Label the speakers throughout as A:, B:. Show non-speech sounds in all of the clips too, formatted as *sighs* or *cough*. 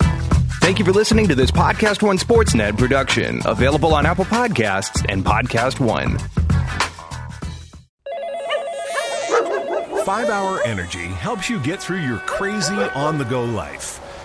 A: Thank you for listening to this Podcast One Sportsnet production, available on Apple Podcasts and Podcast One.
B: Five Hour Energy helps you get through your crazy on the go life.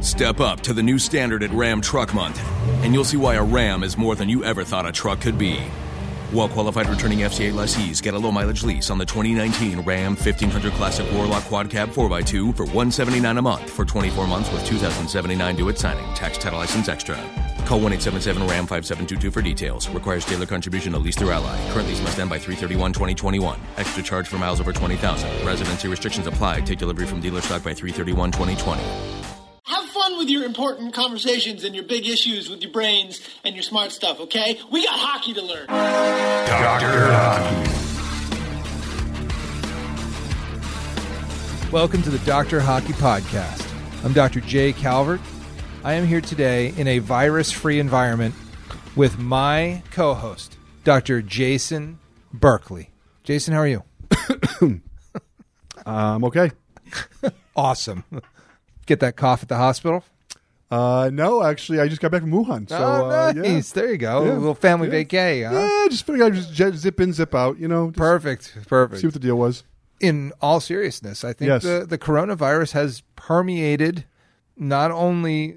C: Step up to the new standard at Ram Truck Month, and you'll see why a Ram is more than you ever thought a truck could be. Well qualified returning FCA lessees get a low mileage lease on the 2019 Ram 1500 Classic Warlock Quad Cab 4x2 for 179 a month for 24 months with 2079 due at signing, tax, title, license extra. Call 1 877 RAM 5722 for details. Requires dealer contribution to lease through ally. Current lease must end by 331 2021. Extra charge for miles over 20,000. Residency restrictions apply. Take delivery from dealer stock by 331 2020.
D: Have fun with your important conversations and your big issues with your brains and your smart stuff, okay? We got hockey to learn.
E: Dr. Hockey.
F: Welcome to the Dr. Hockey Podcast. I'm Dr. Jay Calvert. I am here today in a virus free environment with my co host, Dr. Jason Berkeley. Jason, how are you?
G: I'm okay.
F: Awesome. *laughs* Get that cough at the hospital?
G: Uh, no, actually, I just got back from Wuhan. So,
F: oh,
G: uh,
F: nice.
G: yeah.
F: There you go.
G: Yeah.
F: A little family
G: Yeah.
F: vacay. Huh?
G: Yeah, just figured I'd just j- zip in, zip out, you know, just
F: Perfect. Perfect.
G: see what the deal was.
F: in all seriousness, I think
G: Yes.
F: the, the coronavirus has permeated not only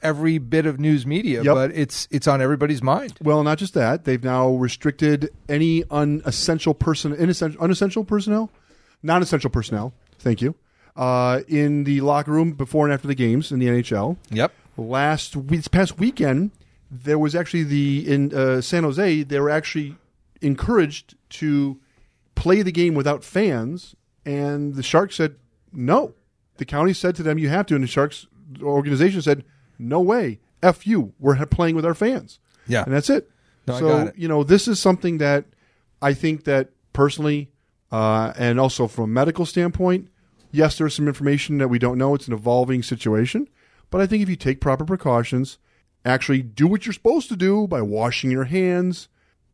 F: every bit of news media,
G: Yep.
F: but it's it's on everybody's mind.
G: Well, not just that, they've now restricted any unessential person, inessential, unessential personnel, non essential personnel, thank you, uh, in the locker room before and after the games in the NHL.
F: Yep.
G: last we- this past weekend there was actually the in uh, San Jose they were actually encouraged to play the game without fans and the Sharks said no the county said to them you have to and the Sharks organization said no way f you we're ha- playing with our fans
F: Yeah.
G: and that's it
F: No, I
G: so
F: got it.
G: you know this is something that I think that personally uh, and also from a medical standpoint yes there's some information that we don't know it's an evolving situation but I think if you take proper precautions, actually do what you're supposed to do by washing your hands,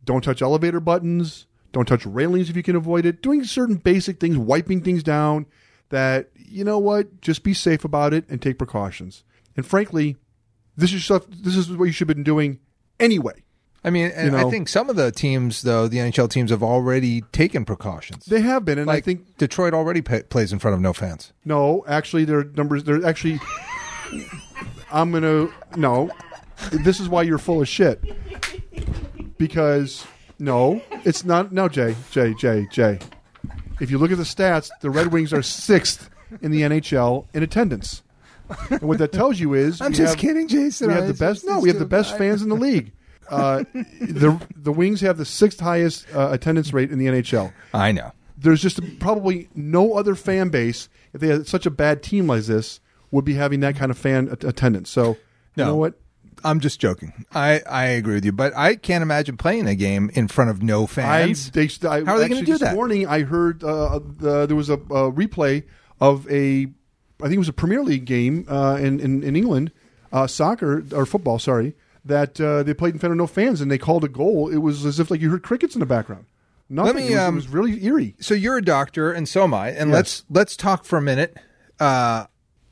G: don't touch elevator buttons, don't touch railings if you can avoid it, doing certain basic things, wiping things down, that, you know what, just be safe about it and take precautions. And frankly, this is stuff, this is what you should have been doing anyway.
F: I mean, and I
G: know.
F: think some of the teams, though, the NHL teams have already taken precautions.
G: They have been, and
F: like
G: I think,
F: Detroit already pa- plays in front of no fans.
G: no, actually, their numbers, they're actually, I'm going to, no, this is why you're full of shit. because no, it's not. No, Jay, Jay, Jay, Jay. If you look at the stats, the Red Wings are sixth in the NHL in attendance. And what that tells you is,
F: I'm
G: we
F: just
G: have-
F: kidding, Jason.
G: We
F: I
G: have the
F: just-
G: best. No,
F: just
G: we have the
F: do-
G: best
F: I-
G: fans in the league. Uh, the the Wings have the sixth highest uh, attendance rate in the NHL
F: I know.
G: there's just probably no other fan base if they had such a bad team like this would be having that kind of fan at- attendance. So
F: No.
G: you know what?
F: I'm just joking. I, I agree with you, but I can't imagine playing a game in front of no
G: I,
F: fans.
G: they, I
F: How are they
G: actually
F: going to do
G: this
F: that?
G: morning I heard uh, the, there was a, a replay of a I think it was a Premier League game uh, in, in in England uh, soccer or football sorry that uh, they played in front of no fans and they called a goal. It was as if like you heard crickets in the background. Nothing.
F: me,
G: it, was,
F: um,
G: it was really eerie.
F: so you're a doctor and so am i and
G: Yes.
F: let's let's talk for a minute uh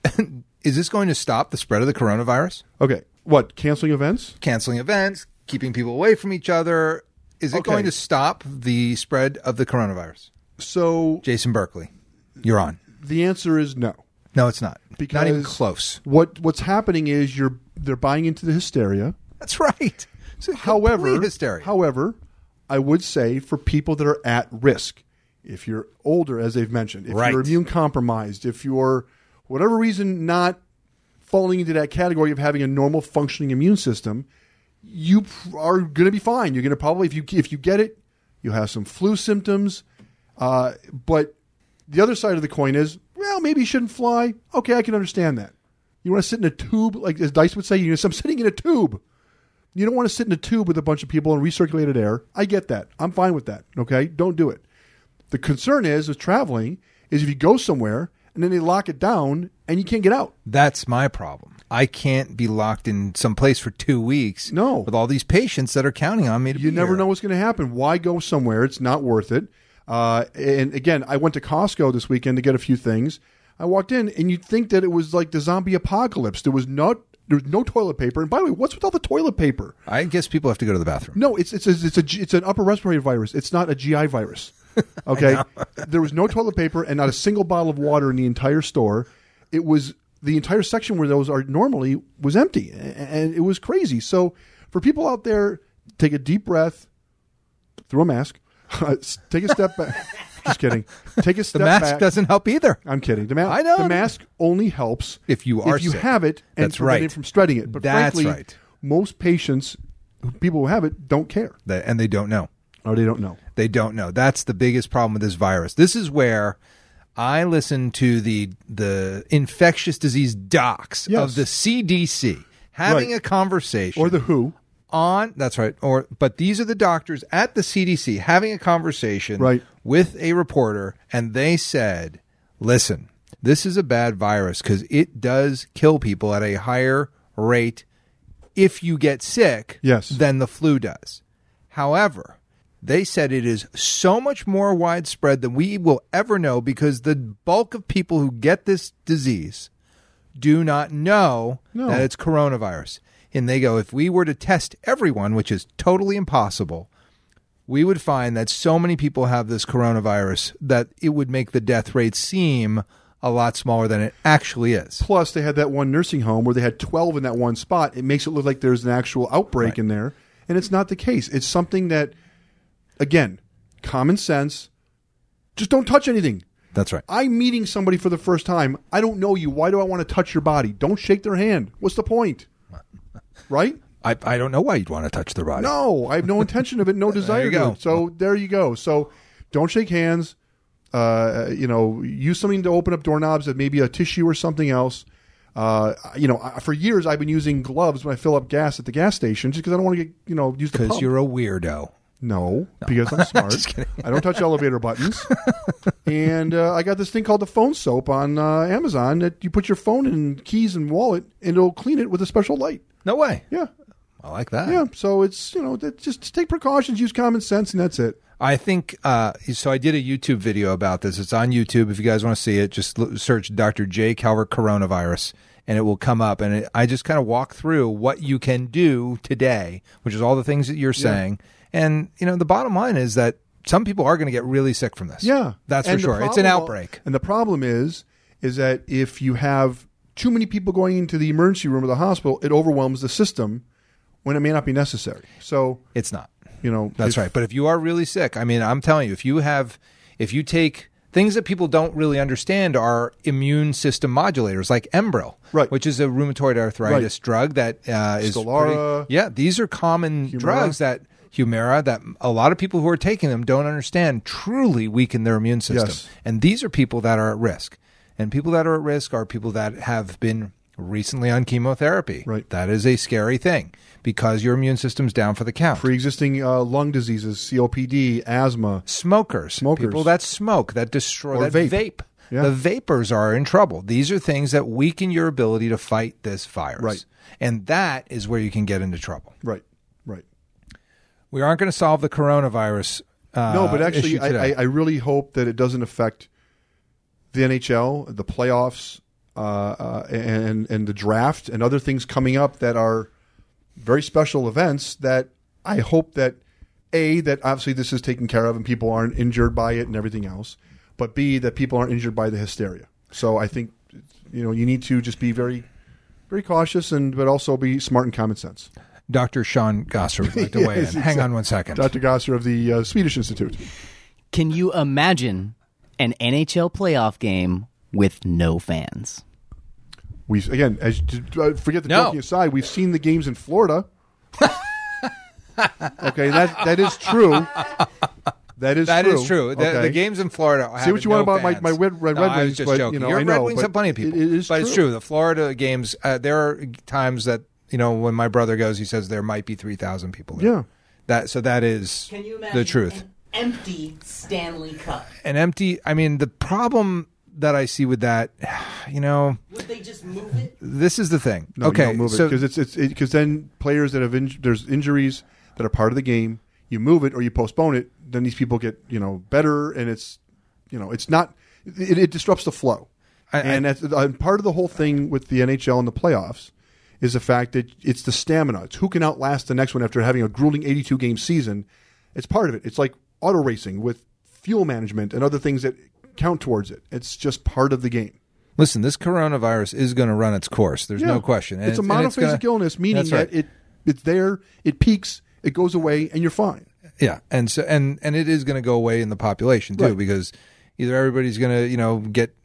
F: *laughs* is this going to stop the spread of the coronavirus
G: Okay, what canceling events?
F: canceling events keeping people away from each other is it
G: Okay.
F: going to stop the spread of the coronavirus
G: So
F: jason berkeley you're on
G: the answer is no.
F: no it's not
G: because
F: not even close
G: What what's happening is you're they're buying into the hysteria.
F: that's right It's a complete
G: However,
F: hysteria
G: However, I would say for people that are at risk, if you're older, as they've mentioned, if
F: Right.
G: you're immune compromised, if you're whatever reason not falling into that category of having a normal functioning immune system, you pr- are going to be fine. You're going to probably if you if you get it, you'll have some flu symptoms. Uh, but the other side of the coin is, well, maybe you shouldn't fly. Okay, I can understand that. You want to sit in a tube, like as Dice would say. You know, so I'm sitting in a tube. You don't want to sit in a tube with a bunch of people in recirculated air. I get that. I'm fine with that. Okay, don't do it. The concern is with traveling is if you go somewhere and then they lock it down and you can't get out.
F: That's my problem. I can't be locked in some place for two weeks.
G: No.
F: with all these patients that are counting on me to.
G: You
F: be
G: never
F: here.
G: know what's going to happen. Why go somewhere? It's not worth it. Uh, and again, I went to Costco this weekend to get a few things. I walked in, and you'd think that it was like the zombie apocalypse. There was not, there was no toilet paper. And by the way, what's with all the toilet paper?
F: I guess people have to go to the bathroom.
G: No, it's it's a, it's a it's an upper respiratory virus. It's not a
F: *laughs*
G: GI virus. Okay, there was no toilet paper and not a single bottle of water in the entire store. It was the entire section where those are normally was empty, a- and it was crazy. So for people out there, take a deep breath, throw a mask, *laughs* uh, take a step back. *laughs* Just kidding. Take a
F: the
G: step.
F: mask
G: back.
F: doesn't help either.
G: I'm kidding. The, ma-
F: I know.
G: the mask only helps
F: If you are
G: if you
F: sick.
G: have it and
F: That's
G: preventing
F: right.
G: from spreading it. But
F: That's
G: frankly,
F: right.
G: most patients, people who have it, don't care
F: They- and they don't know.
G: or they don't know.
F: They don't know. That's the biggest problem with this virus. This is where I listen to the the infectious disease docs
G: Yes.
F: of the CDC having
G: Right.
F: a conversation
G: Or the who.
F: on that's right or but these are the doctors at the CDC having a conversation
G: Right.
F: with a reporter and they said listen this is a bad virus cuz it does kill people at a higher rate if you get sick
G: Yes.
F: than the flu does however they said it is so much more widespread than we will ever know because the bulk of people who get this disease do not know
G: No.
F: that it's coronavirus. And they go, if we were to test everyone, which is totally impossible, we would find that so many people have this coronavirus that it would make the death rate seem a lot smaller than it actually is.
G: Plus, they had that one nursing home where they had 12 in that one spot. It makes it look like there's an actual outbreak in there. And it's not the case. It's something that, again, common sense. Just don't touch anything.
F: That's right.
G: I'm meeting somebody for the first time. I don't know you. Why do I want to touch your body? Don't shake their hand. What's
F: *laughs*
G: the point? Right?
F: I, I don't know why you'd want to touch their body.
G: No, I
F: *laughs*
G: have no intention of it, no desire
F: you
G: to.
F: go.
G: it. So there you go. So don't shake hands. Uh, you know, use something to open up doorknobs that maybe a tissue or something else. Uh, you know, I- for years I've been using gloves when I fill up gas at the gas station just because I don't want to get you know use the
F: Because
G: pump.
F: you're a weirdo.
G: No,
F: *laughs*
G: because I'm smart. I don't touch elevator buttons. and uh, I got this thing called the phone soap on uh, Amazon that you put your phone and keys and wallet, and it'll clean it with a special light.
F: No way.
G: Yeah,
F: I like that.
G: yeah. So it's you know that just take precautions, use common sense, and that's it.
F: I think uh, so. I did a YouTube video about this. It's on YouTube. If you guys want to see it, just l- search Dr. J. Calvert coronavirus, and it will come up. And it, I just kind of walk through what you can do today, which is all the things that you're saying. And you know, the bottom line is that some people are going to get really sick from this.
G: Yeah,
F: that's
G: And
F: for
G: the
F: sure. it's an
G: problem-
F: outbreak.
G: and the problem is, is that if you have too many people going into the emergency room of the hospital, it overwhelms the system when it may not be necessary. So
F: It's not.
G: you know
F: That's
G: if-
F: right. But if you are really sick, I mean, I'm telling you, if you have, if you take things that people don't really understand are immune system modulators like Embril,
G: Right.
F: which is a rheumatoid arthritis drug that uh, is
G: Stelara.
F: pretty- yeah, these are common
G: Humira.
F: drugs that Humira that a lot of people who are taking them don't understand truly weaken their immune system.
G: Yes.
F: And these are people that are at risk. And people that are at risk are people that have been recently on chemotherapy.
G: Right.
F: That is a scary thing because your immune system's down for the count
G: pre-existing uh, lung diseases, COPD, asthma.
F: smokers,
G: Smokers.
F: people that smoke, that destroy,
G: Or
F: that
G: vape.
F: vape.
G: Yeah.
F: The vapors are in trouble. These are things that weaken your ability to fight this virus.
G: Right.
F: And that is where you can get into trouble.
G: Right, right.
F: We aren't going to solve the coronavirus. Uh,
G: No, but actually,
F: issue
G: I, I,
F: today.
G: I really hope that it doesn't affect the NHL, the playoffs, uh, uh, and and the draft, and other things coming up that are very special events. That I hope that a that obviously this is taken care of, and people aren't injured by it, and everything else. But b that people aren't injured by the hysteria. So I think you know you need to just be very. Very cautious, and but also be smart and common sense.
F: Dr. Sean Gosser
G: *laughs*
F: would like to weigh in.
G: Yes,
F: Hang on
G: exactly.
F: one second.
G: Dr. Gosser of the uh, Swedish Institute.
H: Can you imagine an NHL playoff game with no fans?
G: We again, as uh, forget the
F: No.
G: joking aside, we've seen the games
F: *laughs*
G: in Florida. okay, that that is true. That is
F: That
G: true.
F: is true. The,
G: okay?
F: the games in Florida.
G: Say what
F: have
G: you want
F: no
G: about my-
F: fans.
G: my Red- Red-
F: No,
G: Red
F: I was
G: Wings,
F: just
G: but, you
F: joking.
G: know,
F: Your
G: I
F: Red
G: know,
F: Wings
G: but
F: have plenty of people.
G: it- it is
F: but it's
G: true.
F: true. The Florida games. Uh, there are times that you know, when my brother goes, he says there might be three thousand people. There.
G: Yeah.
F: That so that is
I: Can you imagine
F: the truth.
I: an empty Stanley Cup?
F: An empty. I mean, the problem that I see with that, *sighs* you know,
I: Would they just move it?
F: this is the thing.
G: No,
F: okay,
G: you don't move it
F: so
G: because it's it's because then players that have inj- there's injuries that are part of the game. You move it or you postpone it. Then these people get you know better, and it's you know it's not it, it disrupts the flow.
F: I-
G: and that's and part of the whole thing with the NHL and the playoffs is the fact that it's the stamina. It's who can outlast the next one after having a grueling 82 game season. It's part of it. It's like auto racing with fuel management and other things that count towards it. It's just part of the game.
F: listen, this coronavirus is going to run its course. There's
G: Yeah.
F: no question. And
G: It's a
F: and
G: monophasic
F: gonna-
G: illness, meaning
F: That's right.
G: that it it's there, it peaks, it goes away, and you're fine.
F: Yeah, and so and and it is going to go away in the population too
G: Right.
F: because either everybody's going to you know get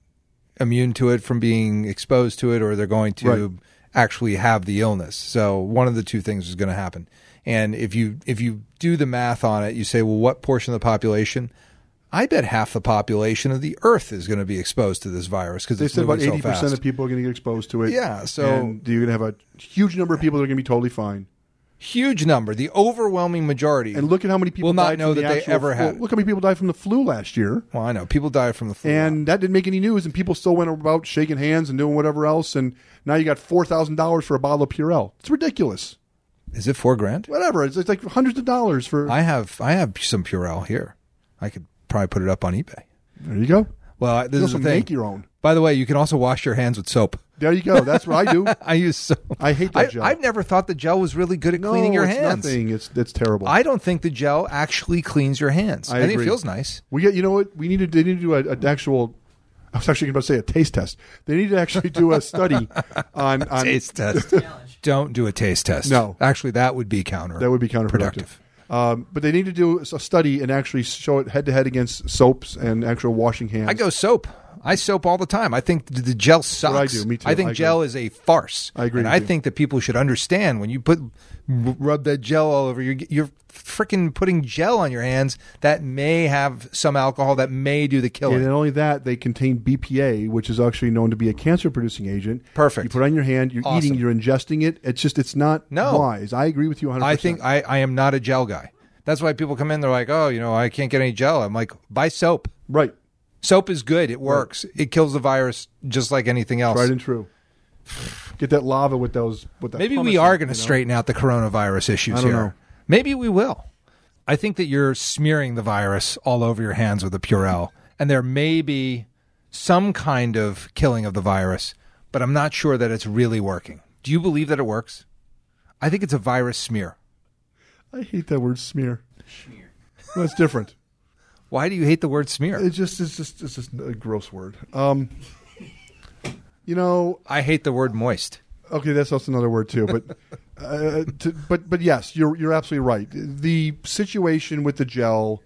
F: immune to it from being exposed to it, or they're going to
G: Right.
F: actually have the illness. So one of the two things is going to happen. And if you if you do the math on it, you say, well, what portion of the population? I bet half the population of the Earth is going to be exposed to this virus because
G: They
F: it's
G: said about
F: moving
G: eighty
F: so fast.
G: percent of people are going to get exposed to it.
F: Yeah, so-
G: and you're going to have a huge number of people that are going to be totally fine.
F: Huge number, the overwhelming majority.
G: And look at how many people
F: will not
G: died
F: know
G: from the
F: that they
G: actual
F: ever
G: flu.
F: had. it.
G: Look how many people died from the flu last year,
F: well, I know people die from the flu.
G: and that didn't make any news. And people still went about shaking hands and doing whatever else. And now you got four thousand dollars for a bottle of Purell. It's ridiculous.
F: is it four grand?
G: Whatever. It's, it's like hundreds of dollars for.
F: I have I have some Purell here. I could probably put it up on eBay.
G: there you go.
F: Well, I- this
G: You
F: is the
G: also
F: thing.
G: make your own.
F: By the way, you can also wash your hands with soap. *laughs*
G: There you go. That's what I do.
F: I use soap.
G: I hate that gel.
F: I've never thought the gel was really good at
G: No,
F: cleaning your
G: it's
F: hands.
G: Nothing. It's it's terrible.
F: I don't think the gel actually cleans your hands.
G: I
F: think
G: agree.
F: it feels nice.
G: We get, you know what? We need to, they need to do an actual. I was actually going to say a taste test. They need to actually do
F: *laughs*
G: a study on, on
F: Taste test. don't do a taste test.
G: No.
F: actually, that would be counter.
G: that would be counterproductive.
F: productive.
G: Um, but they need to do a study and actually show it head to head against soaps and actual washing hands.
F: I go soap. I soap all the time. I think th- the gel sucks.
G: what I do. Me too.
F: I think
G: I agree.
F: gel is a farce.
G: I agree
F: And
G: with
F: I
G: you.
F: think that people should understand when you put rub that gel all over your you're freaking putting gel on your hands that may have some alcohol that may do the killing.
G: And not only that, they contain BPA, which is actually known to be a cancer producing agent.
F: Perfect.
G: You put it on your hand, you're
F: Awesome.
G: eating, you're ingesting it. It's just, it's not
F: No.
G: wise. I agree with you 100%.
F: I think I, I am not a gel guy. That's why people come in. They're like, oh, you know, I can't get any gel. I'm like, buy soap.
G: Right.
F: Soap is good. It works. It kills the virus just like anything else.
G: Right and true. Get that lava with those. With that
F: Maybe we
G: pumice in
F: are
G: it,
F: going to
G: you know?
F: straighten out the coronavirus issues
G: I don't
F: here.
G: know.
F: Maybe we will. I think that you're smearing the virus all over your hands with a Purell, and there may be some kind of killing of the virus, but I'm not sure that it's really working. Do you believe that it works? I think it's a virus smear.
G: I hate that word smear. Smear. That's different.
F: Why do you hate the word smear?
G: It just it's just it's just a gross word. Um, you know,
F: I hate the word moist.
G: okay, that's also another word too. But *laughs* uh, to, but but yes, you're you're absolutely right. The situation with the gel,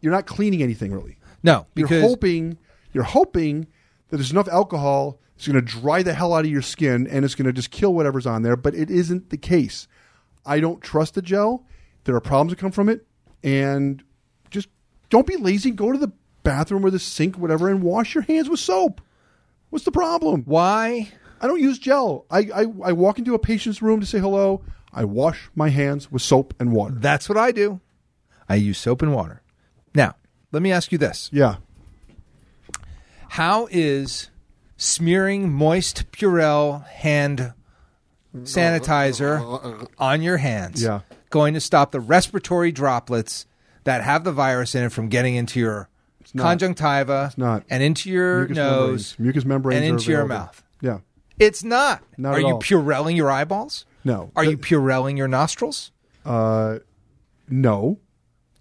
G: you're not cleaning anything really.
F: No,
G: You're
F: because
G: hoping you're hoping that there's enough alcohol it's going to dry the hell out of your skin and it's going to just kill whatever's on there, but it isn't the case. I don't trust the gel. There are problems that come from it, and just don't be lazy. Go to the bathroom or the sink, whatever, and wash your hands with soap. What's the problem?
F: why?
G: I don't use gel. I, I, I walk into a patient's room to say hello. I wash my hands with soap and water.
F: That's what I do. I use soap and water. Now, let me ask you this.
G: Yeah.
F: How is smearing moist Purell hand sanitizer on your hands
G: Yeah.
F: going to stop the respiratory droplets that have the virus in it from getting into your
G: not.
F: conjunctiva
G: not.
F: and into your
G: Mucous
F: nose
G: membranes. Mucous membranes
F: and
G: are
F: into your
G: available.
F: mouth?
G: Yeah.
F: It's not.
G: Not
F: Are
G: at
F: you
G: all.
F: Purelling your eyeballs?
G: No.
F: Are you
G: Th-
F: Purelling your nostrils?
G: Uh, no.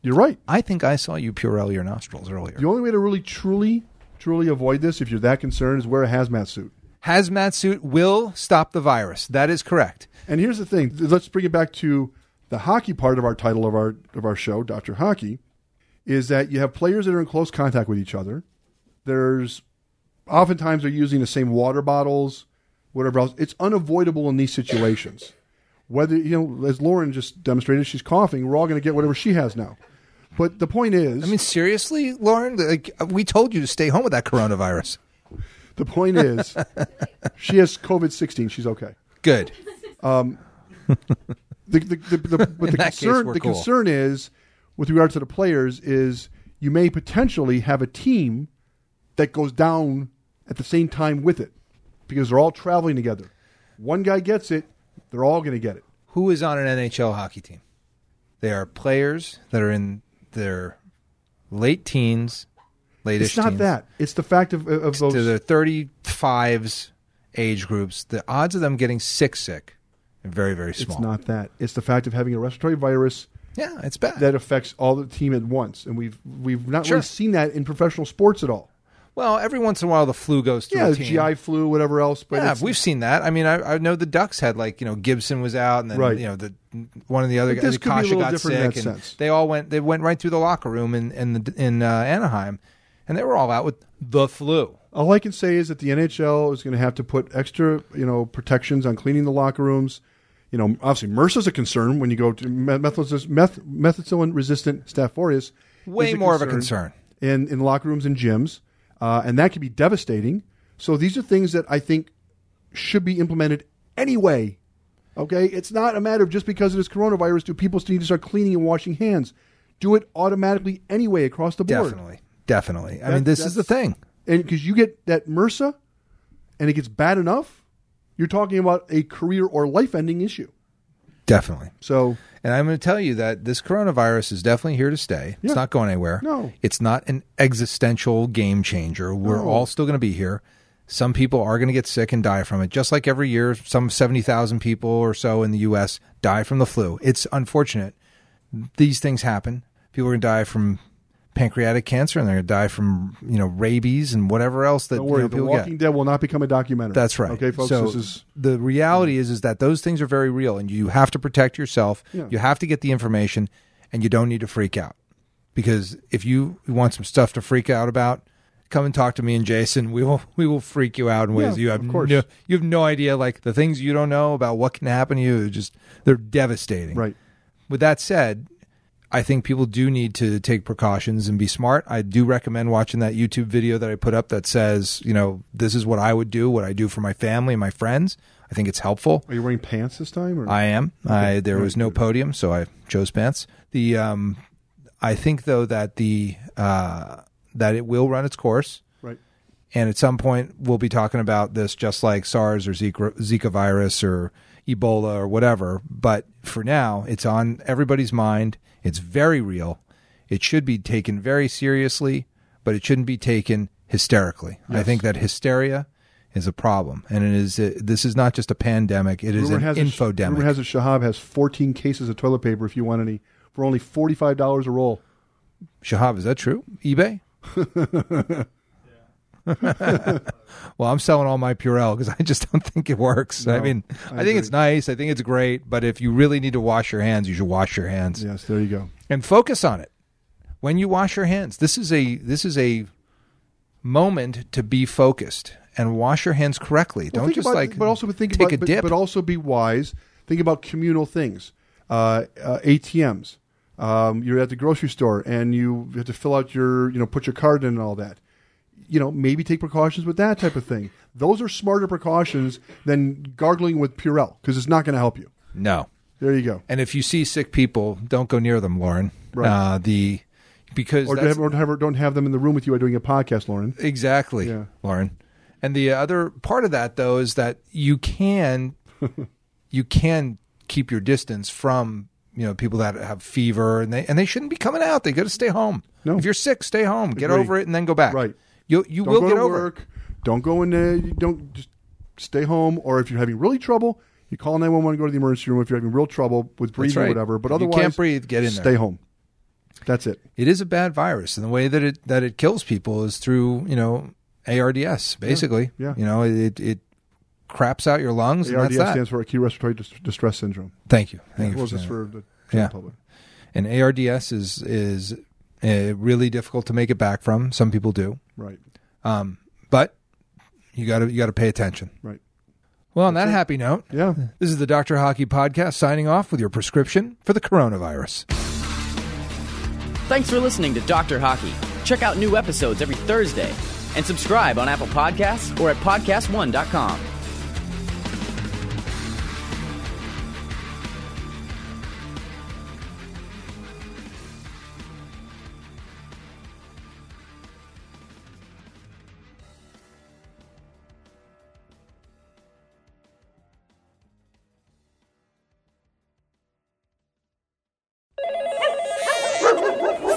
G: You're right.
F: I think I saw you Purell your nostrils earlier.
G: The only way to really, truly, truly avoid this, if you're that concerned, is wear a hazmat suit.
F: Hazmat suit will stop the virus. That is correct.
G: And here's the thing: Th- let's bring it back to the hockey part of our title of our of our show, Doctor Hockey, is that you have players that are in close contact with each other. There's oftentimes they're using the same water bottles, whatever else. It's unavoidable in these situations. Whether you know, as Lauren just demonstrated, she's coughing. We're all going to get whatever she has now. But the point is,
F: I mean, seriously, Lauren, like we told you to stay home with that coronavirus. *laughs*
G: the point is, she has COVID sixteen. She's okay.
F: Good.
G: the, the, the, the, but
F: that
G: the
F: case,
G: concern
F: we're
G: the
F: cool.
G: concern is with regard to the players is you may potentially have a team that goes down at the same time with it because they're all traveling together. One guy gets it, they're all going to get it.
F: Who is on an NHL hockey team? They are players that are in their late teens, late
G: It's not that. It's the fact of, of those.
F: to their 35s age groups. The odds of them getting sick sick are very very
G: it's
F: small.
G: not that. It's the fact of having a respiratory virus
F: Yeah, it's bad.
G: that affects all the team at once, and we've we've not
F: Sure.
G: really seen that in professional sports at all.
F: well, every once in a while the flu goes through.
G: Yeah,
F: a
G: the
F: team.
G: GI flu, whatever else. But
F: yeah,
G: it's,
F: we've seen that. I mean, I, I know the Ducks had like you know Gibson was out, and then
G: Right.
F: you know the one of the other
G: But
F: guys,
G: this could be a
F: Kasha
G: little
F: got sick,
G: different in
F: and
G: that sense.
F: they all went they went right through the locker room in in, the, in uh, Anaheim, and they were all out with the flu.
G: all I can say is that the NHL is going to have to put extra, you know, protections on cleaning the locker rooms. You know, obviously, MRSA's a concern when you go to me- methicillin meth- methicillin resistant Staph aureus.
F: Way
G: is
F: more of a concern.
G: in in locker rooms and gyms, uh, and that could be devastating. So these are things that I think should be implemented anyway. Okay, it's not a matter of just because it is coronavirus do people need to start cleaning and washing hands. Do it automatically anyway across the board
F: Definitely, definitely. I mean,
G: That-
F: this is the thing.
G: and because you get that MRSA, and it gets bad enough, you're talking about a career or life-ending issue.
F: Definitely.
G: So
F: And I'm going to tell you that this coronavirus is definitely here to stay. It's
G: Yeah.
F: not going anywhere.
G: No.
F: It's not an existential game changer. We're
G: No.
F: all still going to be here. Some people are going to get sick and die from it, just like every year, some 70,000 people or so in the U.S. die from the flu. It's unfortunate. These things happen. People are going to die from pancreatic cancer and they're going to die from, you know, rabies and whatever else that
G: don't
F: you
G: worry,
F: know,
G: The
F: people
G: Walking
F: get.
G: Dead will not become a documentary.
F: That's right.
G: Okay, folks,
F: So
G: this is
F: the reality is is that those things are very real, and you have to protect yourself.
G: Yeah.
F: You have to get the information, and you don't need to freak out because if you want some stuff to freak out about, come and talk to me and Jason. We will we will freak you out in ways
G: Yeah,
F: you have
G: of course.
F: no you have no idea. Like the things you don't know about what can happen to you, are just they're devastating.
G: right.
F: With that said, I think people do need to take precautions and be smart. I do recommend watching that YouTube video that I put up that says, you know, this is what I would do, what I do for my family and my friends. I think it's helpful.
G: Are you wearing pants this time? Or?
F: I am. I there was no podium, so I chose pants. The um, I think though that the uh, that it will run its course,
G: right.
F: and at some point we'll be talking about this just like SARS or Zika, Zika virus or Ebola or whatever. But for now, it's on everybody's mind. It's very real. It should be taken very seriously, but it shouldn't be taken hysterically. I think that hysteria is a problem, and it is. this is not just a pandemic; it is
G: Rumor
F: an
G: has it-
F: infodemic.
G: rumor has it Shahab has 14 cases of toilet paper if you want any for only $45 a roll.
F: Shahab, is that true?
G: *laughs*
F: eBay? *laughs* well, I'm selling all my Purell because I just don't think it works. I mean, I, think it's nice. I think it's great. But if you really need to wash your hands, you should wash your hands
G: Yes, there you go.
F: and focus on it when you wash your hands. This is a this is a moment to be focused and wash your hands correctly.
G: Well,
F: don't
G: think
F: just
G: about-
F: like
G: but also but think
F: take
G: about,
F: a
G: but-
F: dip.
G: But, also be wise. Think about communal things, uh, uh, ATMs. Um, you're at the grocery store and you have to fill out your, you know, put your card in and all that. You know, maybe take precautions with that type of thing. Those are smarter precautions than gargling with Purell because it's not going to help you.
F: no,
G: There you go.
F: and if you see sick people, don't go near them, Lauren.
G: Right.
F: Uh, the because
G: Or,
F: that's-
G: have, or have, don't have them in the room with you while doing a podcast, Lauren.
F: Exactly,
G: Yeah.
F: Lauren. And the other part of that though is that you
G: *laughs*
F: can you can keep your distance from you know people that have fever and they and they shouldn't be coming out. They got to stay home.
G: No.
F: If you're sick, stay home. Get
G: Agree.
F: over it and then go back.
G: Right.
F: You you
G: Don't
F: will
G: go
F: get
G: to
F: over it.
G: work. Don't go in there. You don't just stay home. Or if you're having really trouble, you call 911 and go to the emergency room if you're having real trouble with breathing
F: right.
G: or whatever. But
F: If you
G: otherwise,
F: can't breathe, get in there.
G: stay home. That's it.
F: It is a bad virus, and the way that it that it kills people is through you know ARDS basically.
G: Yeah.
F: You know it it craps out your lungs and
G: ARDS
F: that's that.
G: stands for acute respiratory dis- distress syndrome.
F: Thank you. Thank
G: What
F: you
G: was
F: for
G: this
F: saying that.
G: for the
F: Yeah.
G: public?
F: and ARDS is is uh, really difficult to make it back from. Some people do,
G: Right.
F: but you got to you got to pay attention.
G: Right.
F: Well, on that happy note,
G: Yeah.
F: this is the Doctor Hockey podcast signing off with your prescription for the coronavirus.
H: Thanks for listening to Dr. Hockey. Check out new episodes every Thursday and subscribe on Apple Podcasts or at podcastone.com.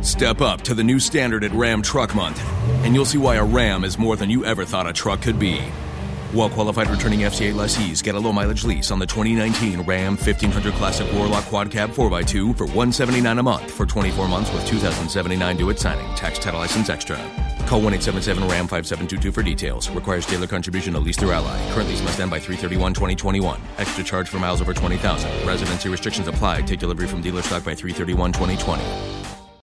C: Step up to the new standard at Ram Truck Month, and you'll see why a Ram is more than you ever thought a truck could be. Well qualified returning FCA lessees get a low mileage lease on the 2019 Ram 1500 Classic Warlock Quad Cab 4x2 for $179 a month for 24 months with $2,079 due at signing, tax, title, license extra. Call 1 877 RAM 5722 for details. Requires dealer contribution to lease through ally. Current lease must end by 331 2021. Extra charge for miles over 20,000. Residency restrictions apply. Take delivery from dealer stock by 331 2020.